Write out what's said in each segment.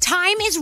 Time is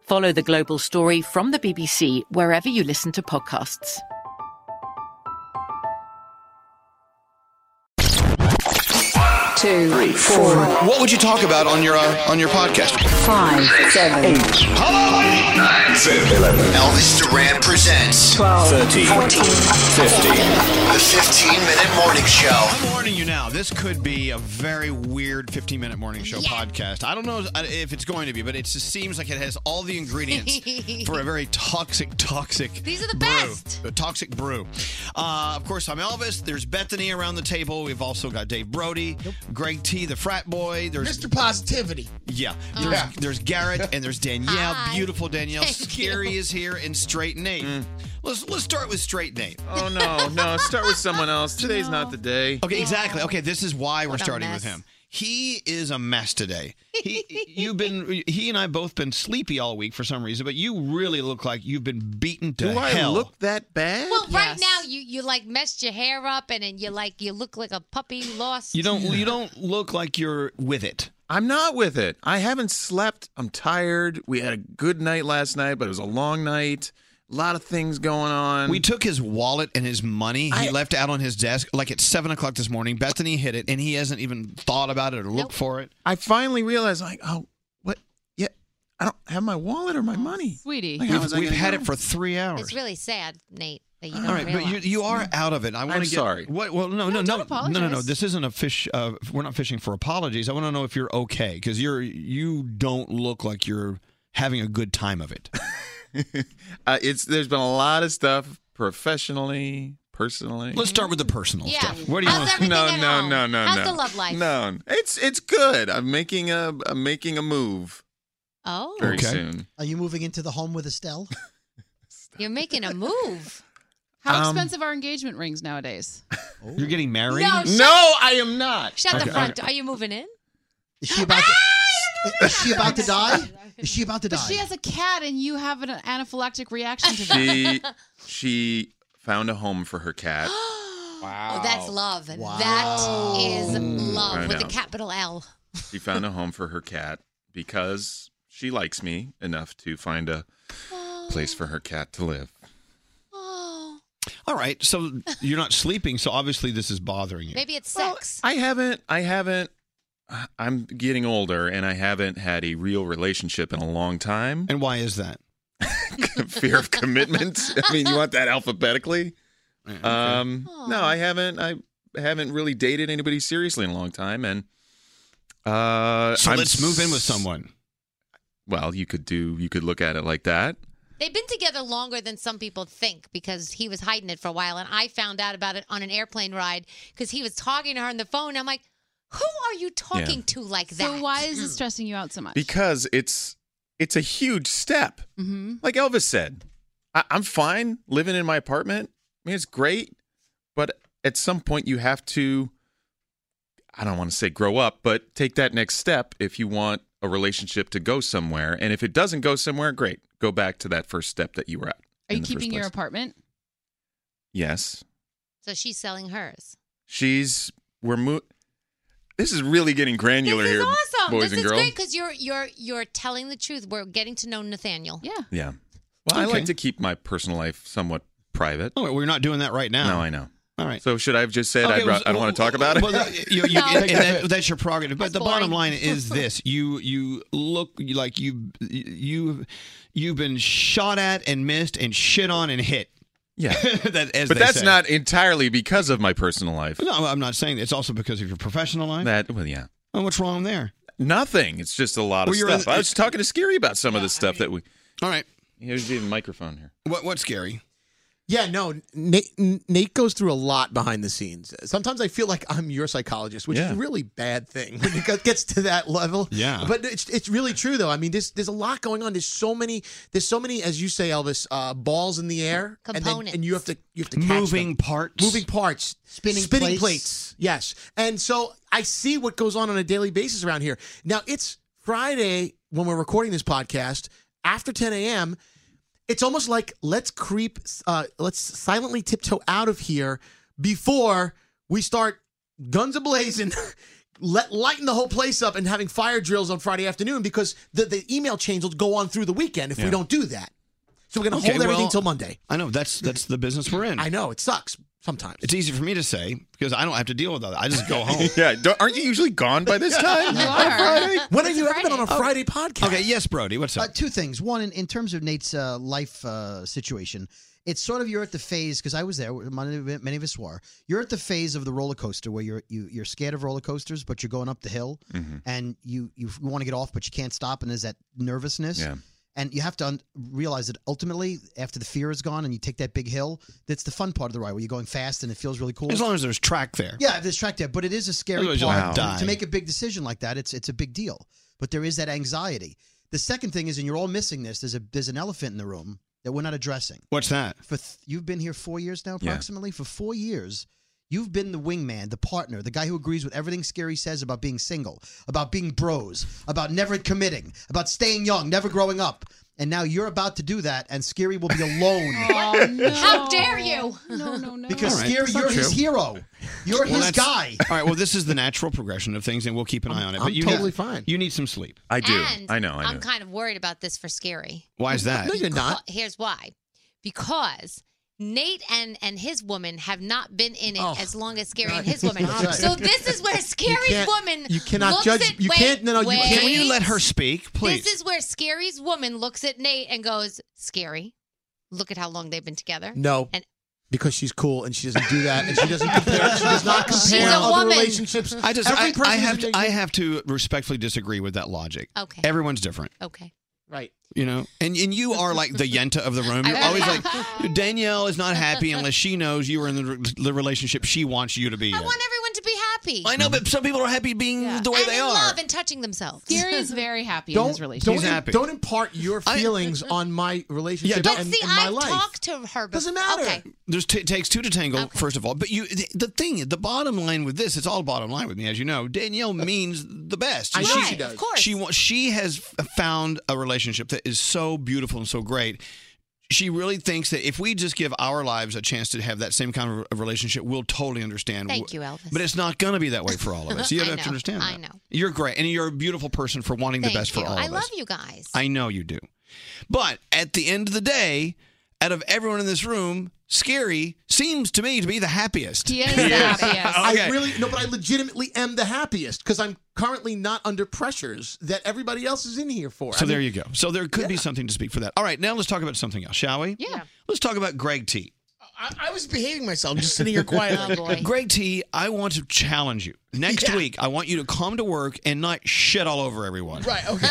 Follow the global story from the BBC wherever you listen to podcasts. two, three, four, What would you talk about on your uh, on your podcast? five, seven, eight, Hello, nine, seven, eleven. Elvis Duran presents twelve, fourteen. the 15 minute morning show. I'm warning you now. This could be a very weird 15 minute morning show podcast. I don't know if it's going to be, but it just seems like it has all the ingredients for a very toxic, toxic. These are the brew. best. A toxic brew. Uh, of course, I'm Elvis. There's Bethany around the table. We've also got Dave Brody, Greg T, the frat boy. There's Mr. Positivity. yeah. Oh. There's, there's Garrett and there's Danielle. Hi. Beautiful Danielle. Thank Scary is here and Straight Nate. Mm. Let's let's start with Straight Nate. Oh no, no, start with someone else. Today's not the day. Okay, exactly. Okay, this is why we're What a starting with mess. him. He is a mess today. He, you've been, he and I both been sleepy all week for some reason, but you really look like you've been beaten to Do I hell. look that bad? Well, right Yes. now you you like messed your hair up and then you like you look like a puppy lost. you don't, you don't look like you're with it. I'm not with it. I haven't slept. I'm tired. We had a good night last night, but it was a long night. A lot of things going on. We took his wallet and his money. He I- left out on his desk like at seven o'clock this morning. Bethany hid it, and he hasn't even thought about it or looked for it. I finally realized, like, oh, what? Yeah, I don't have my wallet or my money. Sweetie. Like, how We've, was I we've gonna had know? it for three hours. It's really sad, Nate, that you don't All right, but realize. you you are out of it. I want I'm to get sorry. What? Well, no, no, No, no, don't no, no, no. apologize. This isn't a fish. Uh, we're not fishing for apologies. I want to know if you're okay because you're you don't look like you're having a good time of it. Uh, it's there's been a lot of stuff professionally, personally. Let's start with the personal Yeah. stuff. What do you How's want? everything no, at no, home? no, no, How's no. the love life? No, it's it's good. I'm making a I'm making a move Oh, very Okay. soon. Are you moving into the home with Estelle? You're making a move. Um, How expensive are engagement rings nowadays? You're getting married? No, shut- No, I am not. Shut Okay, the front okay. door. Are you moving in? Is she about to, is she about to die? Is she about to But die? she has a cat, and you have an anaphylactic reaction to She that. she found a home for her cat. wow. Oh, that's love. That is I Mm. love with a know. capital L. She found a home for her cat because she likes me enough to find a Oh. place for her cat to live. All right, so you're not sleeping, so obviously this is bothering you. Maybe it's sex. I haven't. I haven't. I'm getting older and I haven't had a real relationship in a long time. And why is that? Fear of commitment. I mean, you want that alphabetically? Um, no, I haven't. I haven't really dated anybody seriously in a long time, and uh, So let's move in with someone. Well, you could do. You could look at it like that. They've been together longer than some people think because he was hiding it for a while, and I found out about it on an airplane ride because he was talking to her on the phone. I'm like, who are you talking to like that? So why is it stressing you out so much? because it's it's a huge step. Mm-hmm. Like Elvis said, I, I'm fine living in my apartment. I mean, it's great, but at some point you have to. I don't want to say grow up, but take that next step if you want a relationship to go somewhere. And if it doesn't go somewhere, great, go back to that first step that you were at. Are in you the first keeping your place. apartment? Yes, So she's selling hers. she's we're mo- This is really getting granular This here, is awesome. boys this and is girls. great because you're you're you're telling the truth. We're getting to know Nathaniel. Yeah. Yeah. Well, I like to keep my personal life somewhat private. Oh, we're not doing that right now. No, I know. All right. So should I have just said Okay, I'd ra- well, I don't want to talk about it? Well, you, you, and that, that's your prerogative. But the bottom line is this: you you look like you you you've been shot at and missed and shit on and hit. Yeah, that, as but they that's say. not entirely because of my personal life. No, I'm not saying that. it's also because of your professional life. That well, yeah. Oh, what's wrong there? Nothing. It's just a lot of Well, you're stuff. in- I was talking to Scary about some of the stuff that we. All right. Here's the microphone here. What what's scary? Yeah, no. Nate, Nate goes through a lot behind the scenes. Sometimes I feel like I'm your psychologist, which is Yeah. a really bad thing when it gets- gets to that level. Yeah. but it's it's really true though. I mean, there's there's a lot going on. There's so many there's so many as you say, Elvis, uh, balls in the air, and, then, and you have to you have to catch Moving them. parts. moving parts, Spinning spinning plates. plates. Yes, and so I see what goes on on a daily basis around here. Now it's Friday when we're recording this podcast after 10 a.m it's almost like let's creep uh let's silently tiptoe out of here before we start guns ablazing let lighten the whole place up and having fire drills on friday afternoon because the, the email chains will go on through the weekend if Yeah. we don't do that so we're gonna Okay, hold everything well, till monday I know that's that's the business we're in. I know it sucks sometimes. It's easy for me to say because I don't have to deal with that. I just go home. yeah, aren't you usually gone by this time? You On are. Friday? When have you ever been on a Friday podcast? Okay, yes, Brody. What's up? up? Uh, two things. One, in, in terms of Nate's uh, life uh, situation, it's sort of you're at the phase because I was there. Many, of- many of us were. You're at the phase of the roller coaster where you're you, you're scared of roller coasters, but you're going up the hill Mhm. Mm-hmm. and you you want to get off, but you can't stop, and there's that nervousness. Yeah. And you have to un- realize that ultimately, after the fear is gone, and you take that big hill, that's the fun part of the ride where you're going fast and it feels really cool. As long as there's track there. Uh, Yeah, if there's track there, but it is a scary Otherwise part. you'll have to die. To make a big decision like that, it's it's a big deal. But there is that anxiety. The second thing is, and you're all missing this. There's a there's an elephant in the room that we're not addressing. What's that? For th- you've been here four years now, Yeah. approximately. For four years, you've been the wingman, the partner, the guy who agrees with everything Scary says about being single, about being bros, about never committing, about staying young, never growing up. And now you're about to do that, and Scary will be alone. How dare you? No, no, no. Because All right, Scary, that's not you're his true. hero. You're Well, his that's- guy. All right. Well, this is the natural progression of things, and we'll keep an eye on it. I'm But you totally need, fine. You need some sleep. I do. And am kind of worried about this for scary. Why is that? No, you're not. Beca- Here's why. Because Nate and and his woman have not been in it as long as Scary and his woman. Oh, That's right. So this is where Scary's can't- woman you cannot looks judge- at- you wait, can't- no, no, you can't- Will you wait. let her speak, please? This is where Scary's woman looks at Nate and goes, "Scary, look at how long they've been together." no And because she's cool and she doesn't do that and she doesn't compare she does not compare She's a other woman. relationships I just Every I, person I is have to, individual. I have to respectfully disagree with that logic. Okay. Everyone's different. okay. Right. You know, and and you are like the Yenta of the room. You're I- always like Danielle is not happy unless she knows you are in the, the relationship she wants you to be. I in. want everyone to be happy. I know, but some people are happy being the way and they in are. love and touching themselves. Gary is very happy Don't, don't impart your feelings on my relationship. Yeah, don't- and, See, and my I've life. talked to her. Doesn't matter. Okay. There's t- takes two to tango, first of all. But you, the, the thing, the bottom line with this, it's all bottom line with me, as you know. Danielle Uh, means the best. I And know she does. Of course. She wa- she has f- found a relationship that is so beautiful and so great. She really thinks that if we just give our lives a chance to have that same kind of a relationship, we'll totally understand. Thank you, Elvis. But it's not going to be that way for all of us. You I have to know, understand. I that. know. You're great, and you're a beautiful person for wanting Thank the best you. for all I of us. love you guys. I know you do. But at the end of the day, out of everyone in this room, Scary seems to me to be the happiest. He is the Yes. I really no, but I legitimately am the happiest because I'm currently not under pressures that everybody else is in here for. So I there mean, you go. So there could be something to speak for that. All right, now let's talk about something else, shall we? Yeah. Let's talk about Greg T. I, I was behaving myself, just sitting here quietly. Oh, Greg T, I want to challenge you. Next week, I want you to come to work and not shit all over everyone. Right. Okay.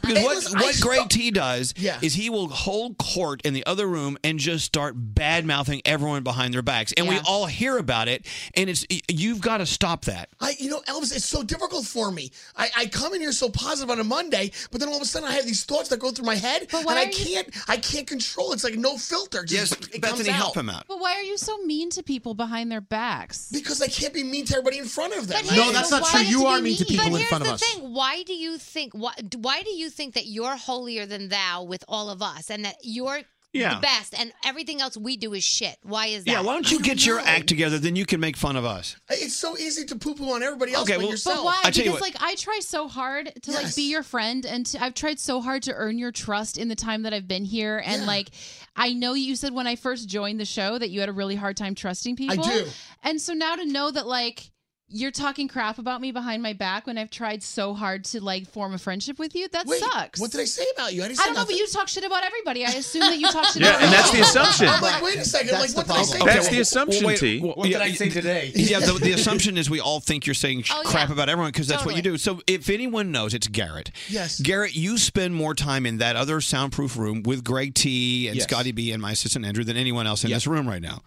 Because Hey, what, listen, I what saw- Greg T does Yeah. is he will hold court in the other room and just start bad mouthing everyone behind their backs. And we Yeah. all hear about it. And it's you've got to stop that. I, you know, Elvis, it's so difficult for me. I, I come in here so positive on a Monday, but then all of a sudden I have these thoughts that go through my head, and why I are you- can't, I can't control. It's like no filter. Just, Yes, it Bethany, comes out. help him out. But why are you so mean to people behind their backs? Because I can't be mean to everybody in front of them. But No, here's that's the not why- true. You are mean to people but in here's front of the us. thing: why do you think why, why do you think that you're holier than thou with all of us, and that you're Yeah. the best, and everything else we do is shit? Why is that? Yeah, why don't you get your act together? Then you can make fun of us. It's so easy to poo poo on everybody else Okay, but well- yourself. But why? I tell you because what- like I try so hard to like Yes. be your friend, and to, I've tried so hard to earn your trust in the time that I've been here. And Yeah. like, I know you said when I first joined the show that you had a really hard time trusting people. do. And so now to know that like you're talking crap about me behind my back when I've tried so hard to like form a friendship with you, that Wait, sucks. what did I say about you? I didn't I say don't know, but nothing. you talk shit about everybody. I assume that you talk shit Yeah, about and that's the everybody. assumption. I'm like, wait a second. That's like, the what did I say? problem. about That's you? the assumption, Well, wait, T. well, yeah, you- Yeah, the, the assumption is we all think you're saying sh Oh, yeah. crap about everyone because that's what you do. So if anyone knows, it's Garrett. Yes. Garrett, you spend more time in that other soundproof room with Greg T and Yes. Scotty B and my assistant Andrew than anyone else in this room right now.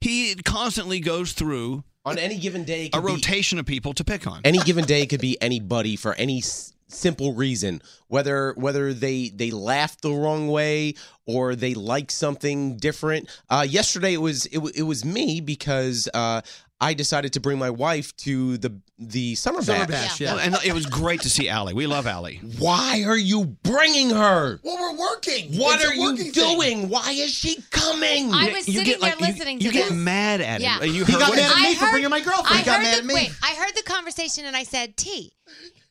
He constantly goes through on any given day it a could be- rotation of people to pick on. any given day could be anybody for any s- simple reason whether whether they they laughed the wrong way or they like something different uh yesterday it was it, wa- it was me because uh I decided to bring my wife to the the summer, Summer bash. Oh, bash, yeah. And it was great to see Allie. We love Allie. Why are you bringing her? Well, we're working. What It's a are you working thing. doing? Why is she coming? I was sitting there listening to you get this. mad at him. Yeah. You He heard got what- mad at I me for heard- bringing my girlfriend. I He got heard mad the, at me. Wait, I heard the conversation and I said, T,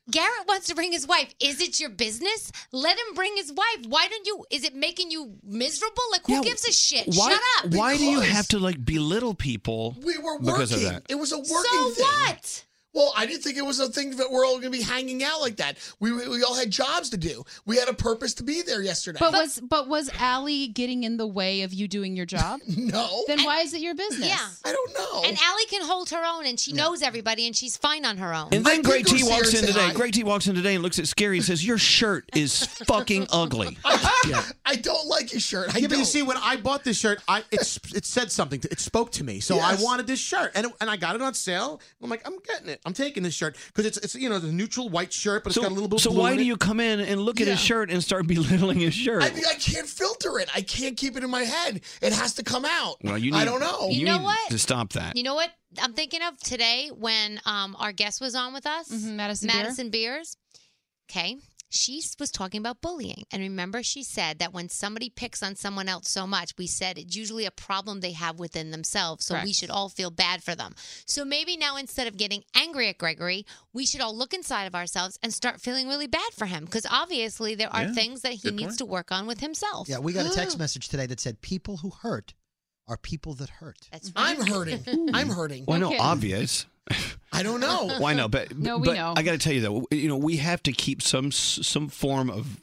Garrett wants to bring his wife. Is it your business? Let him bring his wife. Why don't you? Is it making you miserable? Like, who gives a shit? Why, Shut up. Why do you have to like belittle people We were working. because of that? It was a working So thing. what? Well, I didn't think it was a thing that we're all going to be hanging out like that. We, we we all had jobs to do. We had a purpose to be there yesterday. But was but was Allie getting in the way of you doing your job? no. Then why is it your business? Yeah. I don't know. And Allie can hold her own and she knows everybody and she's fine on her own. And then Greg T walks in today. Greg T walks in today and looks at Scary and says, "Your shirt is fucking ugly." I don't like your shirt. I yeah, but you don't. see, when I bought this shirt, I it, it said something. To, it spoke to me, so Yes. I wanted this shirt, and it, and I got it on sale. I'm like, I'm getting it. I'm taking this shirt because it's it's you know the neutral white shirt, but it's So, got a little bit. of so blue why in do it. you come in and look at his Yeah. shirt and start belittling his shirt? I mean, I can't filter it. I can't keep it in my head. It has to come out. well, you need, I don't know. You know what? to stop that. You know what I'm thinking of today when um, our guest was on with us, Mm-hmm, Madison Beer. Madison Beers. Okay, she s- was talking about bullying, and remember, she said that when somebody picks on someone else so much, we said it's usually a problem they have within themselves. So we Correct. should all feel bad for them. So maybe now instead of getting angry at Gregory, we should all look inside of ourselves and start feeling really bad for him because obviously there are Yeah, things that he good needs point. to work on with himself. Yeah, we got a text message today that said, "People who hurt are people that hurt." That's I'm hurting. I'm hurting. Well, no, obvious. I don't know. Well, I know, but No, we but know. I got to tell you though, you know, we have to keep some s- some form of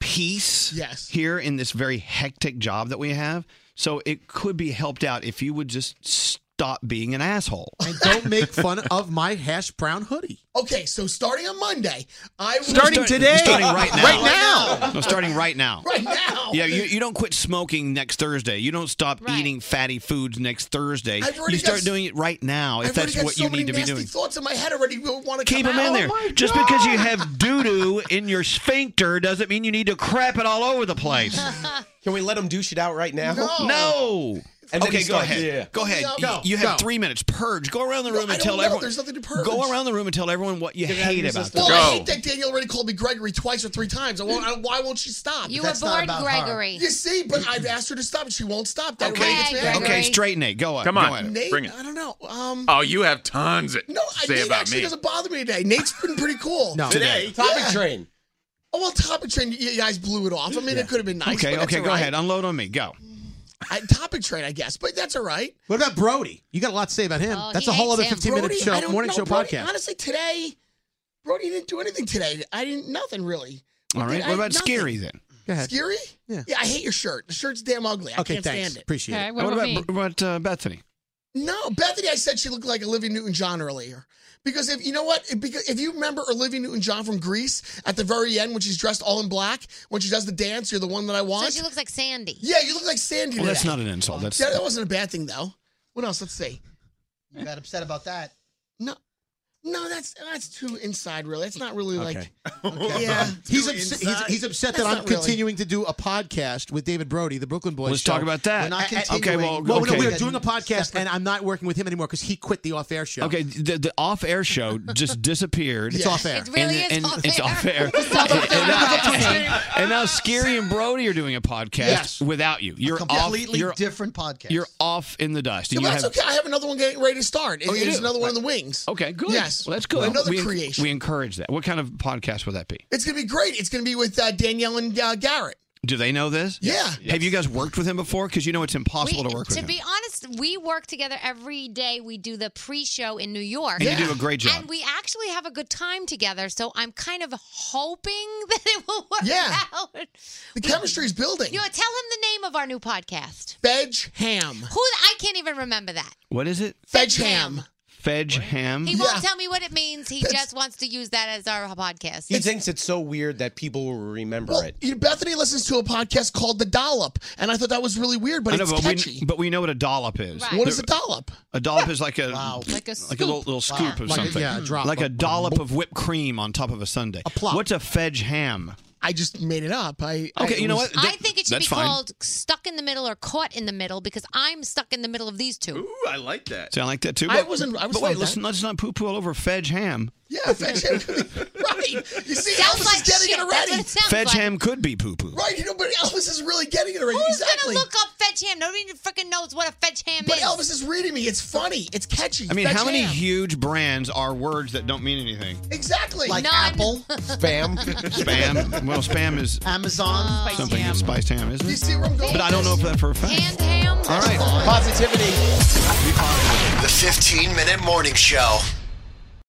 peace yes. here in this very hectic job that we have. So it could be helped out if you would just s- stop being an asshole. And don't make fun of my hash brown hoodie. Okay, so starting on Monday, I will Starting today. Starting right now. Right now. No, starting right now. Right now. Yeah, you, you don't quit smoking next Thursday. You don't stop eating fatty foods next Thursday. I've already You start got- doing it right now if I've already that's got what so you many need to be nasty doing. Thoughts in my head already. Want to Keep come them out. Oh in there. Just because you have doo doo in your sphincter doesn't mean you need to crap it all over the place. Can we let them douche it out right now? No. And then okay, he go starts- ahead. Yeah. Go ahead. No. You- Go, you have go. three minutes. Purge. Go around the No, room I and don't tell know. everyone. There's nothing to purge. Go around the room and tell everyone what you Get it out of hate your about. system. Well, them. Oh, I hate that Danielle already called me Gregory twice or three times. I won't, I, why won't she stop? You That's were not born about her. Gregory. You see, but I've asked her to stop, and she won't stop. That Okay, really gets me Gregory. angry. Okay, straight Nate. Go on. Come Go on. at it. Nate, Bring it. I don't know. Um, Oh, you have tons to no, I, say Nate about actually me. doesn't bother me today. Nate's been pretty cool. No. Today? Topic train. Oh well, topic train. You you guys blew it off. I mean, it could have been nice. Okay, but that's okay, all go right. ahead. Unload on me. Go. I, topic train, I guess, but that's all right. What about Brody? You got a lot to say about him. Oh, That's he a whole hates other him. 15 minute Brody, show, I don't morning know show Brody. podcast. Honestly, today, Brody didn't do anything today. I didn't nothing really. All right. I- What about nothing. scary then? Go ahead. Scary? Yeah. I hate your shirt. The shirt's damn ugly. I Okay, can't thanks. stand it. Appreciate it. Okay, what What about about- What uh, Bethany? No, Bethany, I said she looked like Olivia Newton-John earlier. Because if you know what, If- because if you remember Olivia Newton-John from Greece at the very end when she's dressed all in black, when she does the dance, you're the one that I So want. she looks like Sandy. yeah, you look like Sandy. Well, Oh, that's today. not an insult. That's Yeah, that wasn't a bad thing though. What else? Let's see. You got upset about that. No, no, that's that's too inside. Really, it's not really like. Okay. Okay. Yeah, He's, upset, he's, he's upset that That's I'm not really- continuing to do a podcast with David Brody, the Brooklyn Boys. Let's show. talk about that. We're not A- a- continuing. okay, well, no, okay. we're doing the podcast, and I'm not working with him anymore because he quit the off-air show. Okay, the, the off-air show just disappeared. It's Yeah. off air. It really and, is and off It's air. off air. It's off and, and now, air. and- and now Scary and Brody are doing a podcast Yes. without you. You're completely off, you're, different podcast. You're off in the dust. Yeah, And but you that's have- okay. I have another one getting ready to start. It, Oh, you it's do? another one in the wings. Okay, good. Yes, well, that's good. Another we, creation. We encourage that. What kind of podcast would that be? It's gonna be great. It's gonna be with uh, Danielle and uh, Garrett. Do they know this? Yeah. Have you guys worked with him before? Because you know it's impossible We- to work with him. be honest, we work together every day. We do the pre-show in New York, And you Yeah. do a great job. And we actually have a good time together. So I'm kind of hoping that it will work Yeah. out. The chemistry's building. You know, tell him the name of our new podcast. Veg ham. Who I can't even remember that. what is it? Veg ham. Fedge ham. He won't tell me what it means. He just wants to use that as our podcast. He thinks it's so weird that people will remember it. You know, Bethany listens to a podcast called The Dollop, and I thought that was really weird, but I know, it's but catchy. we, but we know what a dollop is. Right. What is a dollop? A dollop is like a like Like a, a little, little scoop. scoop Wow. of Like a- something. yeah, a drop. Like a dollop of whipped cream on top of a sundae. A plop. What's a fedge ham? I just made it up. I Okay, I you know was- what? Th- I think it should that's be fine. called "Stuck in the Middle" or "Caught in the Middle" because I'm stuck in the middle of these two. Ooh, I like that. See, I like that too. I but- wasn't- I was but fine wait, with let's, that. let's not poo poo all over fedge ham. Yeah, veg ham. right. You see, Sounds Elvis like is getting shit. it That's what ready. it sounds Fedge ham could be poo poo. Right, you know, but Elvis is really getting it already. Who's exactly. gonna look up fetch ham? Nobody freaking knows what a fetch ham but is. Elvis is reading me. It's funny. It's catchy. I mean, Fetch how many ham. huge brands are words that don't mean anything? Exactly. Like None. Apple, spam. Spam. Well, spam is Amazon, something that's spiced ham, isn't You it? see where I'm going? But I don't know if that for a fact. ham. All right. Positivity. The 15 minute morning show.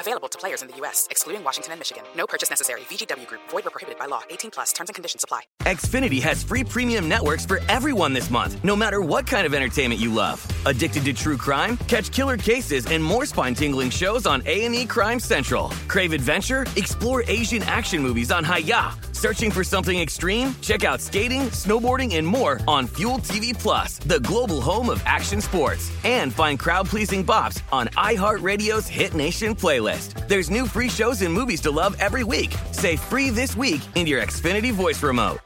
Available to players in the U.S., excluding Washington and Michigan. No purchase necessary. VGW Group, void were prohibited by law. 18 plus terms and conditions apply. Xfinity has free premium networks for everyone this month, no matter what kind of entertainment you love. Addicted to true crime? Catch killer cases and more spine-tingling shows on A&E Crime Central. Crave adventure? Explore Asian action movies on Hayah. Searching for something extreme? Check out skating, snowboarding, and more on Fuel TV Plus, the global home of action sports. And find crowd-pleasing bops on iHeartRadio's Hit Nation playlist. There's new free shows and movies to love every week. Say free this week in your Xfinity voice remote.